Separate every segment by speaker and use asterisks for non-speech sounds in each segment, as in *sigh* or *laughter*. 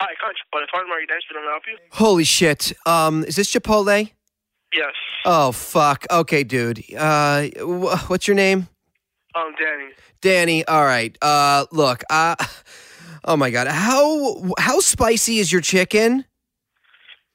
Speaker 1: Hi, Conch, but if I'm already nice, we don't help you?
Speaker 2: Holy shit. Um, is this Chipotle?
Speaker 1: Yes.
Speaker 2: Oh fuck. Okay, dude. Uh, wh- what's your name?
Speaker 1: Um, Danny.
Speaker 2: Danny. All right. Uh, look. Uh, *laughs* oh my god. How how spicy is your chicken?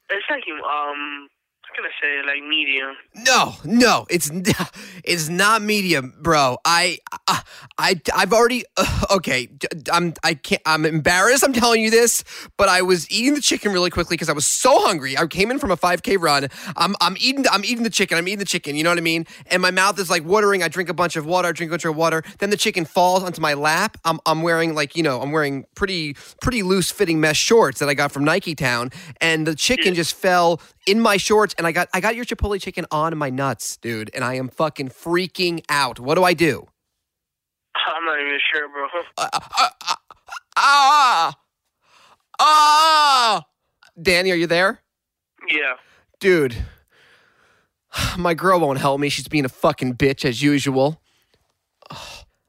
Speaker 1: It's like, um, I'm gonna say, like, medium.
Speaker 2: No, no, it's n- *laughs* it's not medium, bro. I I I I've already *sighs* uh, okay. d- I'm I can't. I'm embarrassed. I'm telling you this, but I was eating the chicken really quickly because I was so hungry. I came in from a 5K run. I'm I'm eating I'm eating the chicken. I'm eating the chicken. You know what I mean? And my mouth is like watering. I drink a bunch of water. I drink a bunch of water. Then the chicken falls onto my lap. I'm I'm wearing like you know I'm wearing pretty pretty loose fitting mesh shorts that I got from Nike Town, and the chicken just fell in my shorts and I got I got your Chipotle chicken on my nuts, dude, and I am fucking freaking out. What do I do?
Speaker 1: I'm not even sure, bro.
Speaker 2: Uh, Ah! Ah! Danny, are you there?
Speaker 1: Yeah.
Speaker 2: Dude. *sighs* My girl won't help me. She's being a fucking bitch as usual. *sighs* Ugh.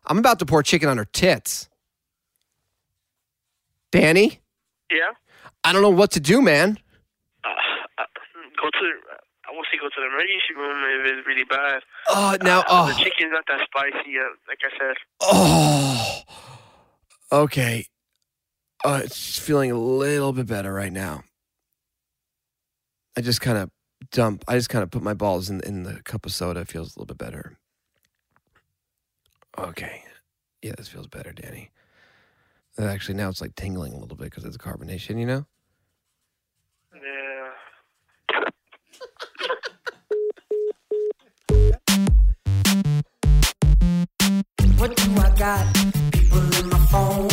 Speaker 2: I'm about to pour chicken on her tits. Danny,
Speaker 1: Yeah?
Speaker 2: I don't know what to do, man.
Speaker 1: Uh, uh, go to the, I will say go to the emergency room if it's really bad.
Speaker 2: Oh, now,
Speaker 1: Uh,
Speaker 2: oh.
Speaker 1: The chicken's not that spicy, uh, like I said.
Speaker 2: Oh, okay. Uh, it's feeling a little bit better right now. I just kind of dump. I just kind of put my balls in in the cup of soda. It feels a little bit better. Okay, yeah, this feels better, Danny. Uh, Actually, now it's like tingling a little bit because of the carbonation. You know.
Speaker 1: Yeah.
Speaker 3: What do I got? People in my phone.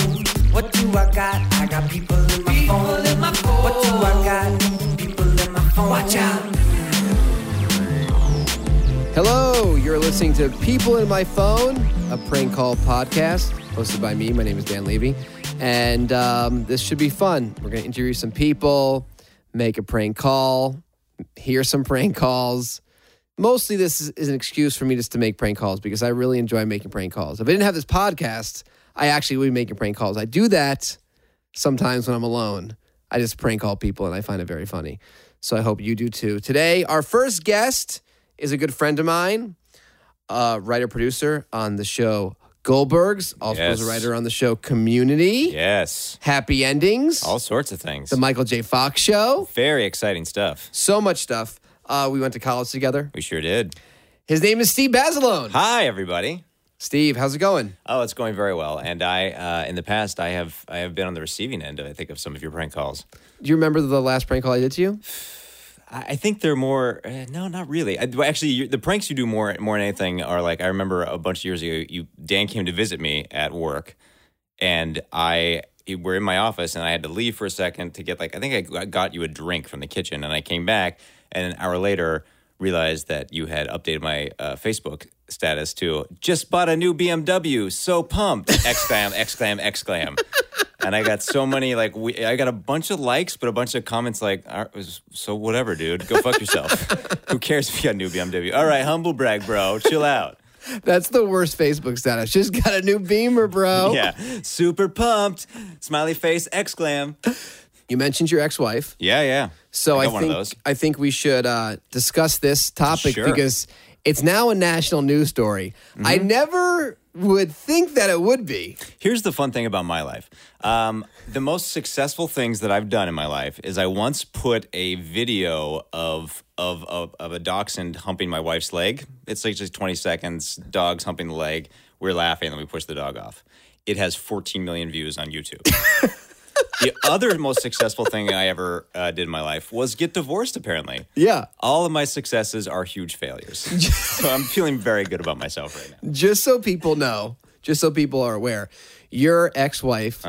Speaker 3: What do I got? I got people in my phone. What do I got? People in my phone. Watch out.
Speaker 2: Hello, you're listening to People in My Phone, a prank call podcast hosted by me. My name is Dan Levy, and um, this should be fun. We're going to interview some people, make a prank call, hear some prank calls. Mostly, this is, is an excuse for me just to make prank calls because I really enjoy making prank calls. If I didn't have this podcast, I actually would be making prank calls. I do that sometimes when I'm alone. I just prank call people and I find it very funny. So I hope you do too. Today, our first guest is a good friend of mine, uh, writer producer on the show Goldbergs, also is a
Speaker 4: Yes.
Speaker 2: writer on the show Community,
Speaker 4: Yes.
Speaker 2: Happy Endings,
Speaker 4: All sorts of things.
Speaker 2: The Michael J. Fox Show,
Speaker 4: Very exciting stuff.
Speaker 2: so much stuff. Uh, we went to college together.
Speaker 4: We sure did.
Speaker 2: His name is Steve Basilone.
Speaker 4: Hi, everybody.
Speaker 2: Steve, how's it going?
Speaker 4: Oh, it's going very well. And I, uh, in the past, I have I have been on the receiving end, I think, of some of your prank calls.
Speaker 2: Do you remember the last prank call I did to you?
Speaker 4: I, I think they're more. Uh, no, not really. I, well, actually, you, the pranks you do more more than anything are like I remember a bunch of years ago. You Dan came to visit me at work, and I we were in my office, and I had to leave for a second to get like I think I got you a drink from the kitchen, and I came back, and an hour later realized that you had updated my uh, Facebook status to just bought a new BMW, so pumped! Exclam! exclam! Exclam! and I got so many like we, I got a bunch of likes, but a bunch of comments like, "All right, "So whatever, dude, go fuck yourself. Who cares if you got a new BMW? All right, humble brag, bro. Chill out.
Speaker 2: That's the worst Facebook status. Just got a new Beamer, bro.
Speaker 4: *laughs* Yeah, super pumped. Smiley face, exclam.
Speaker 2: You mentioned your ex-wife,
Speaker 4: Yeah, yeah.
Speaker 2: so I,
Speaker 4: got one
Speaker 2: think
Speaker 4: of those.
Speaker 2: I think we should uh, discuss this topic
Speaker 4: Sure. Mm-hmm.
Speaker 2: because it's now a national news story. I never would think that it would be.
Speaker 4: Here's the fun thing about my life. Um, the most successful things that I've done in my life is I once put a video of of of, of a dachshund humping my wife's leg. It's like just 20 seconds, dogs humping the leg. We're laughing, and then we push the dog off. It has 14 million views on
Speaker 2: *laughs*
Speaker 4: YouTube. the other most successful thing I ever uh, did in my life was get divorced. Apparently,
Speaker 2: Yeah.
Speaker 4: all of my successes are
Speaker 2: *laughs*
Speaker 4: huge failures. so I'm feeling very good about myself right now.
Speaker 2: Just so people know, just so people are aware, your ex-wife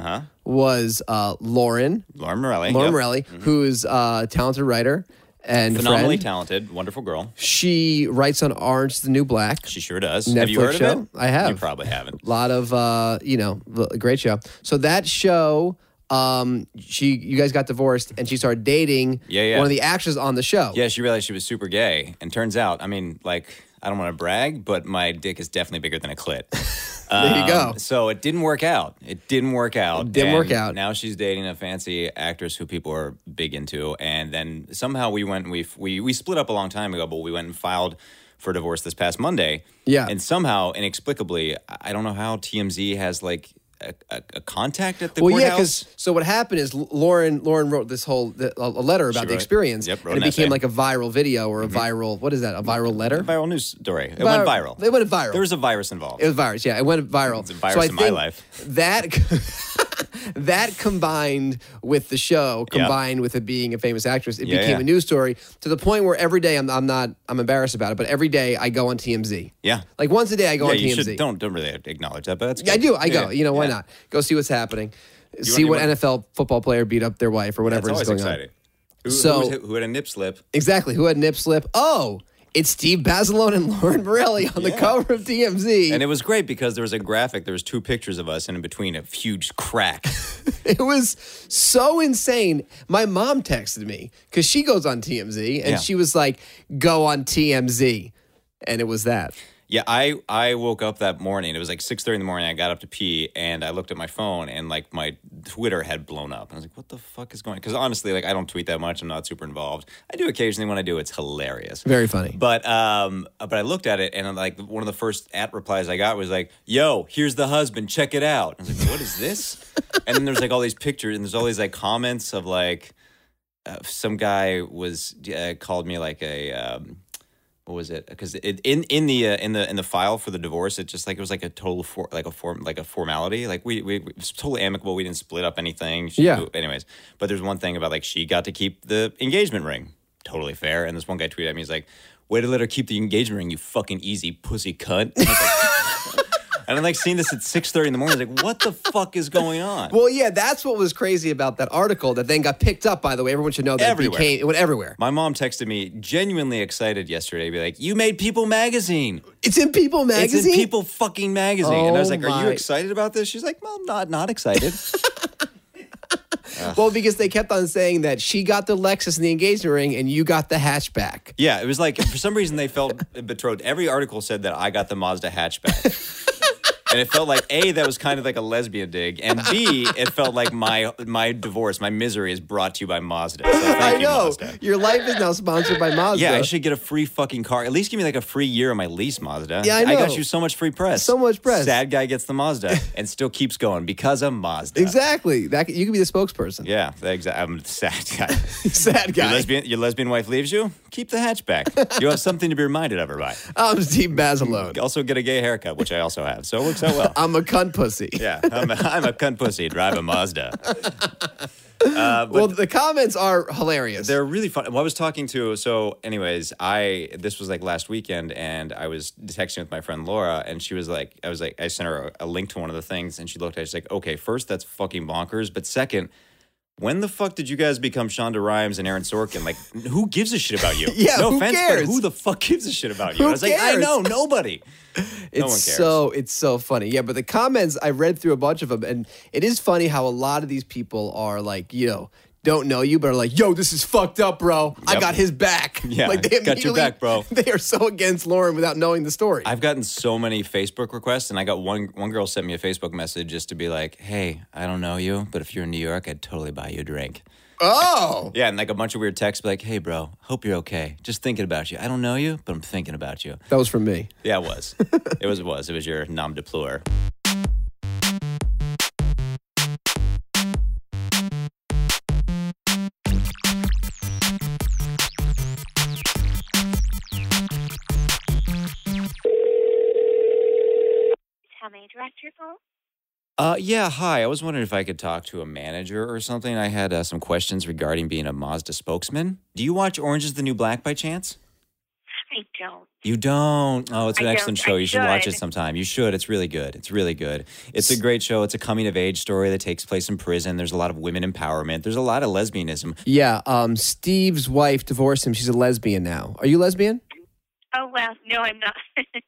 Speaker 2: was uh, Lauren
Speaker 4: Lauren Morelli.
Speaker 2: Lauren
Speaker 4: Uh-huh. yep. Mm-hmm.
Speaker 2: Morelli, who's a talented writer and
Speaker 4: Phenomenally
Speaker 2: friend.
Speaker 4: talented, wonderful girl.
Speaker 2: She writes on Orange is the New Black.
Speaker 4: She sure does. have you
Speaker 2: Netflix
Speaker 4: heard
Speaker 2: show?
Speaker 4: of it?
Speaker 2: I have.
Speaker 4: You probably haven't.
Speaker 2: A lot of uh, you know, l- great show. So that show, um, she you guys got divorced and she started dating
Speaker 4: Yeah, yeah.
Speaker 2: one of the actors on the show.
Speaker 4: Yeah, she realized she was super gay, and turns out, I mean, like, I I don't want to brag, but my dick is definitely bigger than a
Speaker 2: *laughs*
Speaker 4: clit.
Speaker 2: There you
Speaker 4: Um,
Speaker 2: go.
Speaker 4: So it didn't work out. It didn't work out.
Speaker 2: didn't
Speaker 4: And
Speaker 2: work out.
Speaker 4: Now she's dating a fancy actress who people are big into, and then somehow we went and we we we split up a long time ago, but we went and filed for divorce this past Monday.
Speaker 2: Yeah.
Speaker 4: and somehow inexplicably, I- I don't know how TMZ has like a, a, a contact at the
Speaker 2: Well, yeah,
Speaker 4: courthouse.
Speaker 2: because so what happened is L- Lauren Lauren wrote this whole th- a a letter about the
Speaker 4: wrote-
Speaker 2: experience,
Speaker 4: yep, wrote
Speaker 2: and it
Speaker 4: an
Speaker 2: became like
Speaker 4: essay.
Speaker 2: a viral video or a viral what is that? A viral letter?
Speaker 4: viral news story. It
Speaker 2: Vir-
Speaker 4: went viral.
Speaker 2: It went viral.
Speaker 4: There was a virus involved.
Speaker 2: It was virus. Yeah, it went viral. It's
Speaker 4: a virus
Speaker 2: so I
Speaker 4: in my
Speaker 2: think
Speaker 4: life.
Speaker 2: That *laughs* that combined with the show,
Speaker 4: Yeah.
Speaker 2: combined with it being a famous actress, it
Speaker 4: Yeah,
Speaker 2: became
Speaker 4: yeah.
Speaker 2: a news story to the point where every day I'm, I'm not I'm embarrassed about it, but every day I go on TMZ.
Speaker 4: yeah.
Speaker 2: Like once a day I go
Speaker 4: yeah,
Speaker 2: on
Speaker 4: you
Speaker 2: TMZ.
Speaker 4: should don't don't really acknowledge that, but that's
Speaker 2: Yeah, I
Speaker 4: good.
Speaker 2: do. I go.
Speaker 4: Yeah,
Speaker 2: You know, why
Speaker 4: yeah.
Speaker 2: not? Go see what's happening. see
Speaker 4: you
Speaker 2: what
Speaker 4: want-
Speaker 2: NFL football player beat up their wife or
Speaker 4: That's
Speaker 2: whatever is
Speaker 4: always
Speaker 2: going
Speaker 4: exciting.
Speaker 2: on.
Speaker 4: Who,
Speaker 2: So-
Speaker 4: who, was- who had a nip slip?
Speaker 2: Exactly. Who had nip slip? Oh, it's Steve Bazelon and *laughs* Lauren Morelli on the
Speaker 4: Yeah.
Speaker 2: cover of TMZ.
Speaker 4: And it was great because there was a graphic. There was two pictures of us, and in between, a huge crack.
Speaker 2: *laughs* It was so insane. My mom texted me because she goes on TMZ and
Speaker 4: Yeah.
Speaker 2: she was like, go on TMZ. And it was that.
Speaker 4: yeah, I I woke up that morning. It was like six thirty in the morning. I got up to pee, and I looked at my phone, and like my Twitter had blown up. And I was like, "What the fuck is going?" Because honestly, like I don't tweet that much. I'm not super involved. I do occasionally when I do. It's hilarious.
Speaker 2: Very funny.
Speaker 4: But um, but I looked at it and like one of the first at replies I got was like, "Yo, here's the husband. Check it out." I was like, "What is this?" and then there's like all these pictures and there's all these like comments of like uh, some guy was uh, called me like a um, what was it? Because it, in in the uh, in the in the file for the divorce, it just like it was like a total for, like a form like a formality. Like we we it was totally amicable. We didn't split up anything. She-
Speaker 2: Yeah.
Speaker 4: Anyways, but there's one thing about like she got to keep the engagement ring. Totally fair. And this one guy tweeted at me. He's like, "Way to let her keep the engagement ring, you fucking easy pussy cunt." And I was like- *laughs* And I'm like seeing this at 6:30 in the morning. I was like, "What the fuck is going on?"
Speaker 2: Well, yeah, that's what was crazy about that article that then got picked up, by the way. Everyone should know that
Speaker 4: Everywhere.
Speaker 2: it became, it went everywhere.
Speaker 4: My mom texted me genuinely excited yesterday, be like, You made People Magazine.
Speaker 2: It's in People magazine.
Speaker 4: It's in People fucking magazine. and I was
Speaker 2: Oh
Speaker 4: like, Are you
Speaker 2: my-
Speaker 4: excited about this? She's like, Mom, not not excited. *laughs*
Speaker 2: well, because they kept on saying that she got the Lexus and the engagement ring and you got the hatchback.
Speaker 4: yeah, it was like for some reason they felt betrothed. Every article said that I got the Mazda hatchback. And it felt like A, that was kind of like a lesbian dig, and B, it felt like my my divorce, my misery is brought to you by Mazda. So
Speaker 2: *laughs*
Speaker 4: thank
Speaker 2: I
Speaker 4: you,
Speaker 2: know.
Speaker 4: Mazda.
Speaker 2: Your life is now sponsored by Mazda.
Speaker 4: Yeah, I should get a free fucking car. At least give me like a free year of my lease, Mazda.
Speaker 2: Yeah, I know.
Speaker 4: got you so much free press.
Speaker 2: So much press.
Speaker 4: Sad guy gets
Speaker 2: *laughs*
Speaker 4: the Mazda and still keeps going because I'm
Speaker 2: *laughs*
Speaker 4: Mazda.
Speaker 2: Exactly. That could- you could be the spokesperson.
Speaker 4: Yeah, exactly. I'm the sad guy.
Speaker 2: *laughs* Sad
Speaker 4: Your
Speaker 2: guy.
Speaker 4: lesbian, your lesbian wife leaves you. Keep the hatchback. you have something to be reminded of her by.
Speaker 2: I'm Steve Bazalone.
Speaker 4: Also, get a gay haircut, which I also have. So it
Speaker 2: *laughs*
Speaker 4: works out well.
Speaker 2: I'm a cunt pussy.
Speaker 4: yeah, I'm a, I'm a cunt pussy. Drive a Mazda.
Speaker 2: well, the comments are hilarious.
Speaker 4: They're really fun. Well, I was talking to so, anyways, I this was like last weekend, and I was texting with my friend Laura, and she was like, I was like, I sent her a, a link to one of the things, and she looked at it. She's like, okay, first that's fucking bonkers, but second. When the fuck did you guys become Shonda Rhimes and Aaron Sorkin? Like, who gives a shit about you?
Speaker 2: *laughs* Yeah,
Speaker 4: no
Speaker 2: who
Speaker 4: offense,
Speaker 2: cares?
Speaker 4: but who the fuck gives a shit about you?
Speaker 2: Who
Speaker 4: I was like, I
Speaker 2: cares?
Speaker 4: know nobody.
Speaker 2: it's
Speaker 4: one cares.
Speaker 2: so it's so funny. Yeah, but the comments I read through a bunch of them, and it is funny how a lot of these people are like, you know, don't know you, but are like, yo, this is fucked up, bro. I
Speaker 4: Yep.
Speaker 2: got his back.
Speaker 4: *laughs* Yeah,
Speaker 2: like
Speaker 4: got your
Speaker 2: immediately- *laughs*
Speaker 4: back, bro.
Speaker 2: They are so against Lauren without knowing the story.
Speaker 4: I've gotten so many Facebook requests, and I got one one girl sent me a Facebook message just to be like, "Hey, I don't know you, but if you're in New York, I'd totally buy you a drink."
Speaker 2: oh,
Speaker 4: *laughs* Yeah, and like a bunch of weird texts, be like, "Hey, bro, hope you're okay. Just thinking about you. I don't know you, but I'm thinking about you."
Speaker 2: that was from me.
Speaker 4: Yeah, it was. *laughs* it was. It was. It was your nom de plume.
Speaker 5: How may I direct your call?
Speaker 4: Uh, yeah. Hi, I was wondering if I could talk to a manager or something. I had uh, some questions regarding being a Mazda spokesman. Do you watch Orange Is the New Black by chance?
Speaker 5: I don't.
Speaker 4: You don't. Oh, it's an
Speaker 5: I
Speaker 4: excellent
Speaker 5: don't.
Speaker 4: show.
Speaker 5: I
Speaker 4: You should watch it
Speaker 5: should.
Speaker 4: sometime. You should. It's really good. It's really good. It's a great show. It's a coming of age story that takes place in prison. There's a lot of women empowerment. There's a lot of lesbianism.
Speaker 2: Yeah, um, Steve's wife divorced him. She's a lesbian now. Are you lesbian?
Speaker 5: Oh well, no, I'm not. *laughs*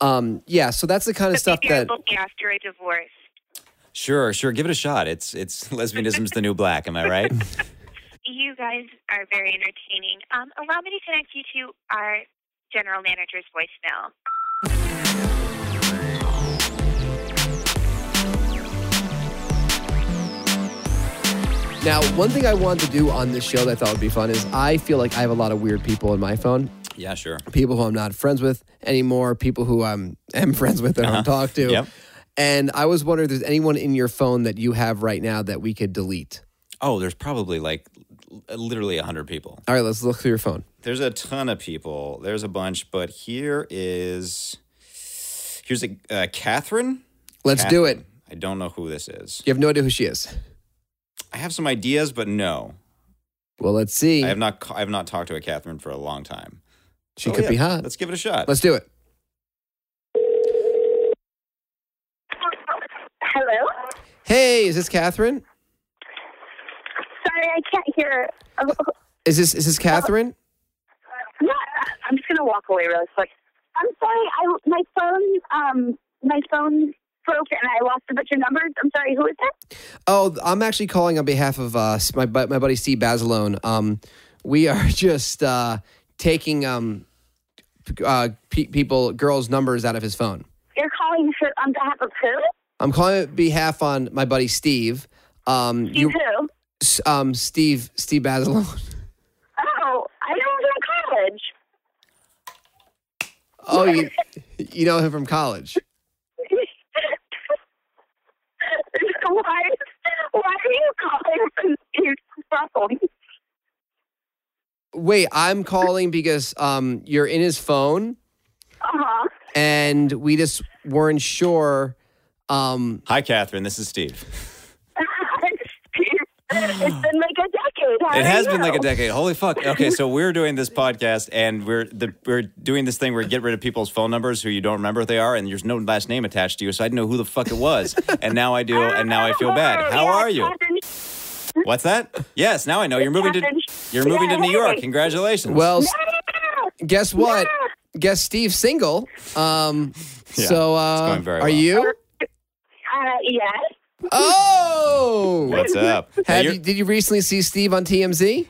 Speaker 2: Um, yeah. So that's the kind of stuff
Speaker 5: Maybe
Speaker 2: that.
Speaker 5: I'm looking after a divorce.
Speaker 4: Sure, sure. Give it a shot. It's it's *laughs* lesbianism's the new black. Am I *laughs* right?
Speaker 5: You guys are very entertaining. Um, allow me to connect you to our general manager's voicemail.
Speaker 2: Now, one thing I wanted to do on this show that I thought would be fun is I feel like I have a lot of weird people in my phone.
Speaker 4: Yeah, sure.
Speaker 2: People who I'm not friends with anymore, people who I'm *laughs* am friends with that I don't talk to.
Speaker 4: Uh-huh. Yep.
Speaker 2: And I was wondering if there's anyone in your phone that you have right now that we could delete.
Speaker 4: Oh, there's probably like l- literally 100 people.
Speaker 2: All right, let's look through your phone.
Speaker 4: There's a ton of people. There's a bunch, but here is here's a uh, Catherine.
Speaker 2: Let's do it.
Speaker 4: Catherine. I don't know who this is.
Speaker 2: You have no idea who she is.
Speaker 4: I have some ideas, but no,
Speaker 2: Well, let's see.
Speaker 4: I have not. ca- I have not talked to a Catherine for a long time.
Speaker 2: she
Speaker 4: So,
Speaker 2: could
Speaker 4: yeah,
Speaker 2: be hot. Let's,
Speaker 4: Let's give it a shot.
Speaker 2: do it.
Speaker 6: Hello?
Speaker 2: Hey, is this Catherine?
Speaker 6: Sorry, I can't hear. Oh, oh,
Speaker 2: Is this is this Catherine?
Speaker 6: yeah, I'm just gonna walk away really quick. I'm sorry. I my phone um my phone broke and I lost a bunch of numbers. I'm sorry. Who is that?
Speaker 2: Oh, I'm actually calling on behalf of uh, my bu- my buddy Steve Basilone. Um, we are *laughs* just uh, taking um, p- uh, pe- people girls' numbers out of his phone.
Speaker 6: You're calling for, on behalf of who?
Speaker 2: I'm calling on behalf on my buddy Steve. Um, you,
Speaker 6: You who?
Speaker 2: s- um, Steve Steve Basilone.
Speaker 6: Oh, I know him from college.
Speaker 2: *laughs*
Speaker 6: *laughs*
Speaker 2: Oh, you you know him from college.
Speaker 6: why? Why are you calling from his phone?
Speaker 2: Wait, I'm calling because um, you're in his phone,
Speaker 6: Uh huh.
Speaker 2: and we just weren't sure. Um,
Speaker 4: Hi, Catherine. This is Steve.
Speaker 6: it's been like a decade. How
Speaker 4: It
Speaker 6: are
Speaker 4: has been
Speaker 6: you?
Speaker 4: like a decade. Holy fuck. Okay, so we're doing this podcast and we're the, we're doing this thing where we get rid of people's phone numbers who you don't remember what they are and there's no last name attached to you, so I didn't know who the fuck it was. and now I do, and now I feel bad. How
Speaker 6: Oh, Yeah,
Speaker 4: are you?
Speaker 6: Catherine
Speaker 4: What's that? Yes, now I know. You're moving to you're moving to New York. Congratulations.
Speaker 2: well, s-
Speaker 6: Schmidt.
Speaker 2: guess what? Guess Steve's single. Um,
Speaker 4: Yeah,
Speaker 2: so uh,
Speaker 4: going very
Speaker 2: are
Speaker 4: well.
Speaker 2: you?
Speaker 6: Uh, yes.
Speaker 2: Oh,
Speaker 4: What's up? Hey,
Speaker 2: *laughs* Have
Speaker 4: you're-
Speaker 2: you, did you recently see Steve on TMZ?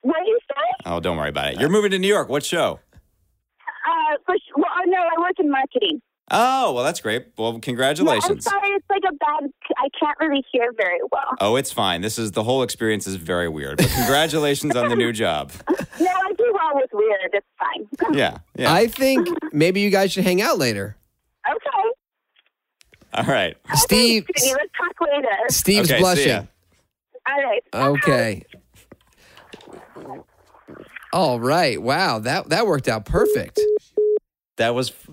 Speaker 6: What do you say?
Speaker 4: oh, don't worry about it. You're moving to New York. What show?
Speaker 6: Uh, for, sh- well, oh, no, I work in marketing.
Speaker 4: Oh, well, that's great. Well,
Speaker 6: Well, I'm
Speaker 4: congratulations.
Speaker 6: sorry, it's like a bad. I can't really hear very well.
Speaker 4: Oh, it's fine. This is the whole experience is very weird. But congratulations on the
Speaker 6: *laughs*
Speaker 4: new job.
Speaker 6: No, I do well with weird. It's fine.
Speaker 4: Yeah. Yeah.
Speaker 2: I think maybe you guys should hang out later.
Speaker 6: Okay.
Speaker 4: All right.
Speaker 2: Steve,
Speaker 6: Okay, Let's talk later.
Speaker 2: Steve's
Speaker 4: Okay, see ya.
Speaker 2: blushing.
Speaker 6: All right.
Speaker 2: Uh, Okay. All right. Wow. That that worked out perfect.
Speaker 4: That was f-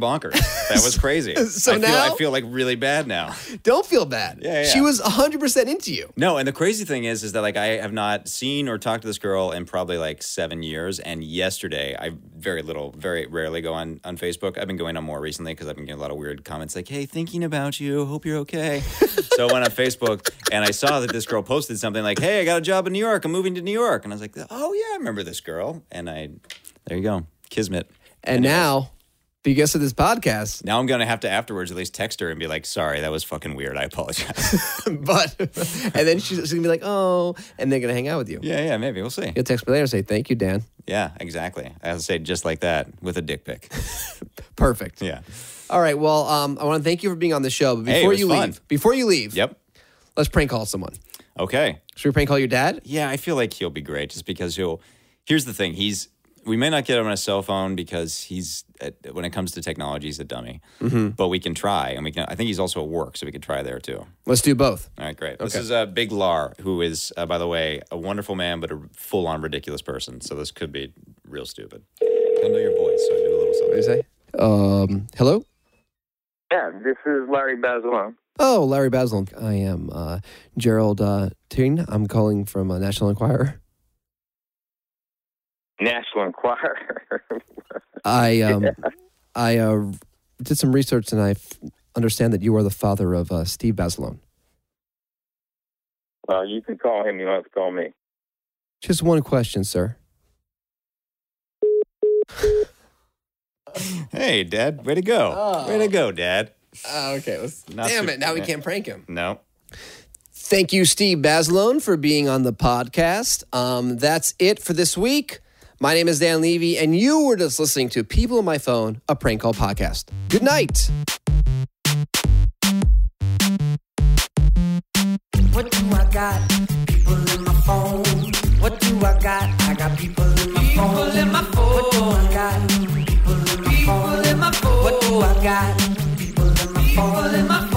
Speaker 2: *laughs*
Speaker 4: bonkers. That was crazy.
Speaker 2: So
Speaker 4: I feel,
Speaker 2: now-
Speaker 4: I feel like really bad now.
Speaker 2: Don't feel bad.
Speaker 4: Yeah, yeah,
Speaker 2: She
Speaker 4: yeah.
Speaker 2: was 100% into you.
Speaker 4: No, and the crazy thing is, is that like I have not seen or talked to this girl in probably like seven years. And yesterday, I very little, very rarely go on on Facebook. I've been going on more recently because I've been getting a lot of weird comments like, "Hey, thinking about you. Hope you're
Speaker 2: *laughs*
Speaker 4: okay." so I went on Facebook and I saw that this girl posted something like, "Hey, I got a job in New York. I'm moving to New York." And I was like, "Oh yeah, I remember this girl." And I, there you go, kismet.
Speaker 2: And now, because of this podcast, *laughs*
Speaker 4: Now I'm gonna have to afterwards at least text her and be like, "Sorry, that was fucking weird. I apologize."
Speaker 2: but, and then she's, she's going to be like, oh, and they're going to hang out with you.
Speaker 4: *laughs* yeah, yeah, maybe we'll see.
Speaker 2: You'll text me later and say, thank you, Dan.
Speaker 4: Yeah, exactly. I would say just like that with a dick pic. *laughs*
Speaker 2: Perfect.
Speaker 4: Yeah.
Speaker 2: All right. Well, um, I want to thank you for being on the show. But
Speaker 4: Hey, it
Speaker 2: before
Speaker 4: was
Speaker 2: you
Speaker 4: fun.
Speaker 2: leave, before you leave,
Speaker 4: Yep.
Speaker 2: let's prank call someone.
Speaker 4: Okay.
Speaker 2: Should we prank call your dad?
Speaker 4: Yeah, I feel like he'll be great just because he'll. Here's the thing: he's. We may not get him on a cell phone because he's at- when it comes to technology, he's a dummy. But we can try, and we can. I think he's also at work, so we could try there too.
Speaker 2: Let's do both.
Speaker 4: All right, great. This is uh, Big Lar, who is, uh, by the way, a wonderful man, but a full-on ridiculous person. So this could be real stupid. I know your voice, so I do a little
Speaker 2: What do
Speaker 4: something.
Speaker 2: you say? Um, hello?
Speaker 7: Yeah, this is Larry Bazelon.
Speaker 2: Oh, Larry Basil. I am uh, Gerald uh, Ting. I'm calling from uh, National Enquirer.
Speaker 7: National Enquirer. *laughs*
Speaker 2: I
Speaker 4: *laughs*
Speaker 2: um, I uh, did some research and I f- understand that you are the father of uh, Steve Basilone.
Speaker 7: well, you can call him. You don't have to call me.
Speaker 2: Just one question, sir.
Speaker 4: Hey, Dad, way to go!
Speaker 2: Oh.
Speaker 4: Way to go, Dad.
Speaker 2: Oh, okay. Let's,
Speaker 4: Not
Speaker 2: damn
Speaker 4: too-
Speaker 2: it! Now we can't prank him.
Speaker 4: No,
Speaker 2: Thank you, Steve Basilone, for being on the podcast. Um, that's it for this week. My name is Dan Levy, and you were just listening to People on My Phone, a prank call podcast. Good night.
Speaker 3: What do I got? People in my phone. What do I got? I got people in my phone. People in my phone. What do I got? People in my phone. What do I got? People in my phone.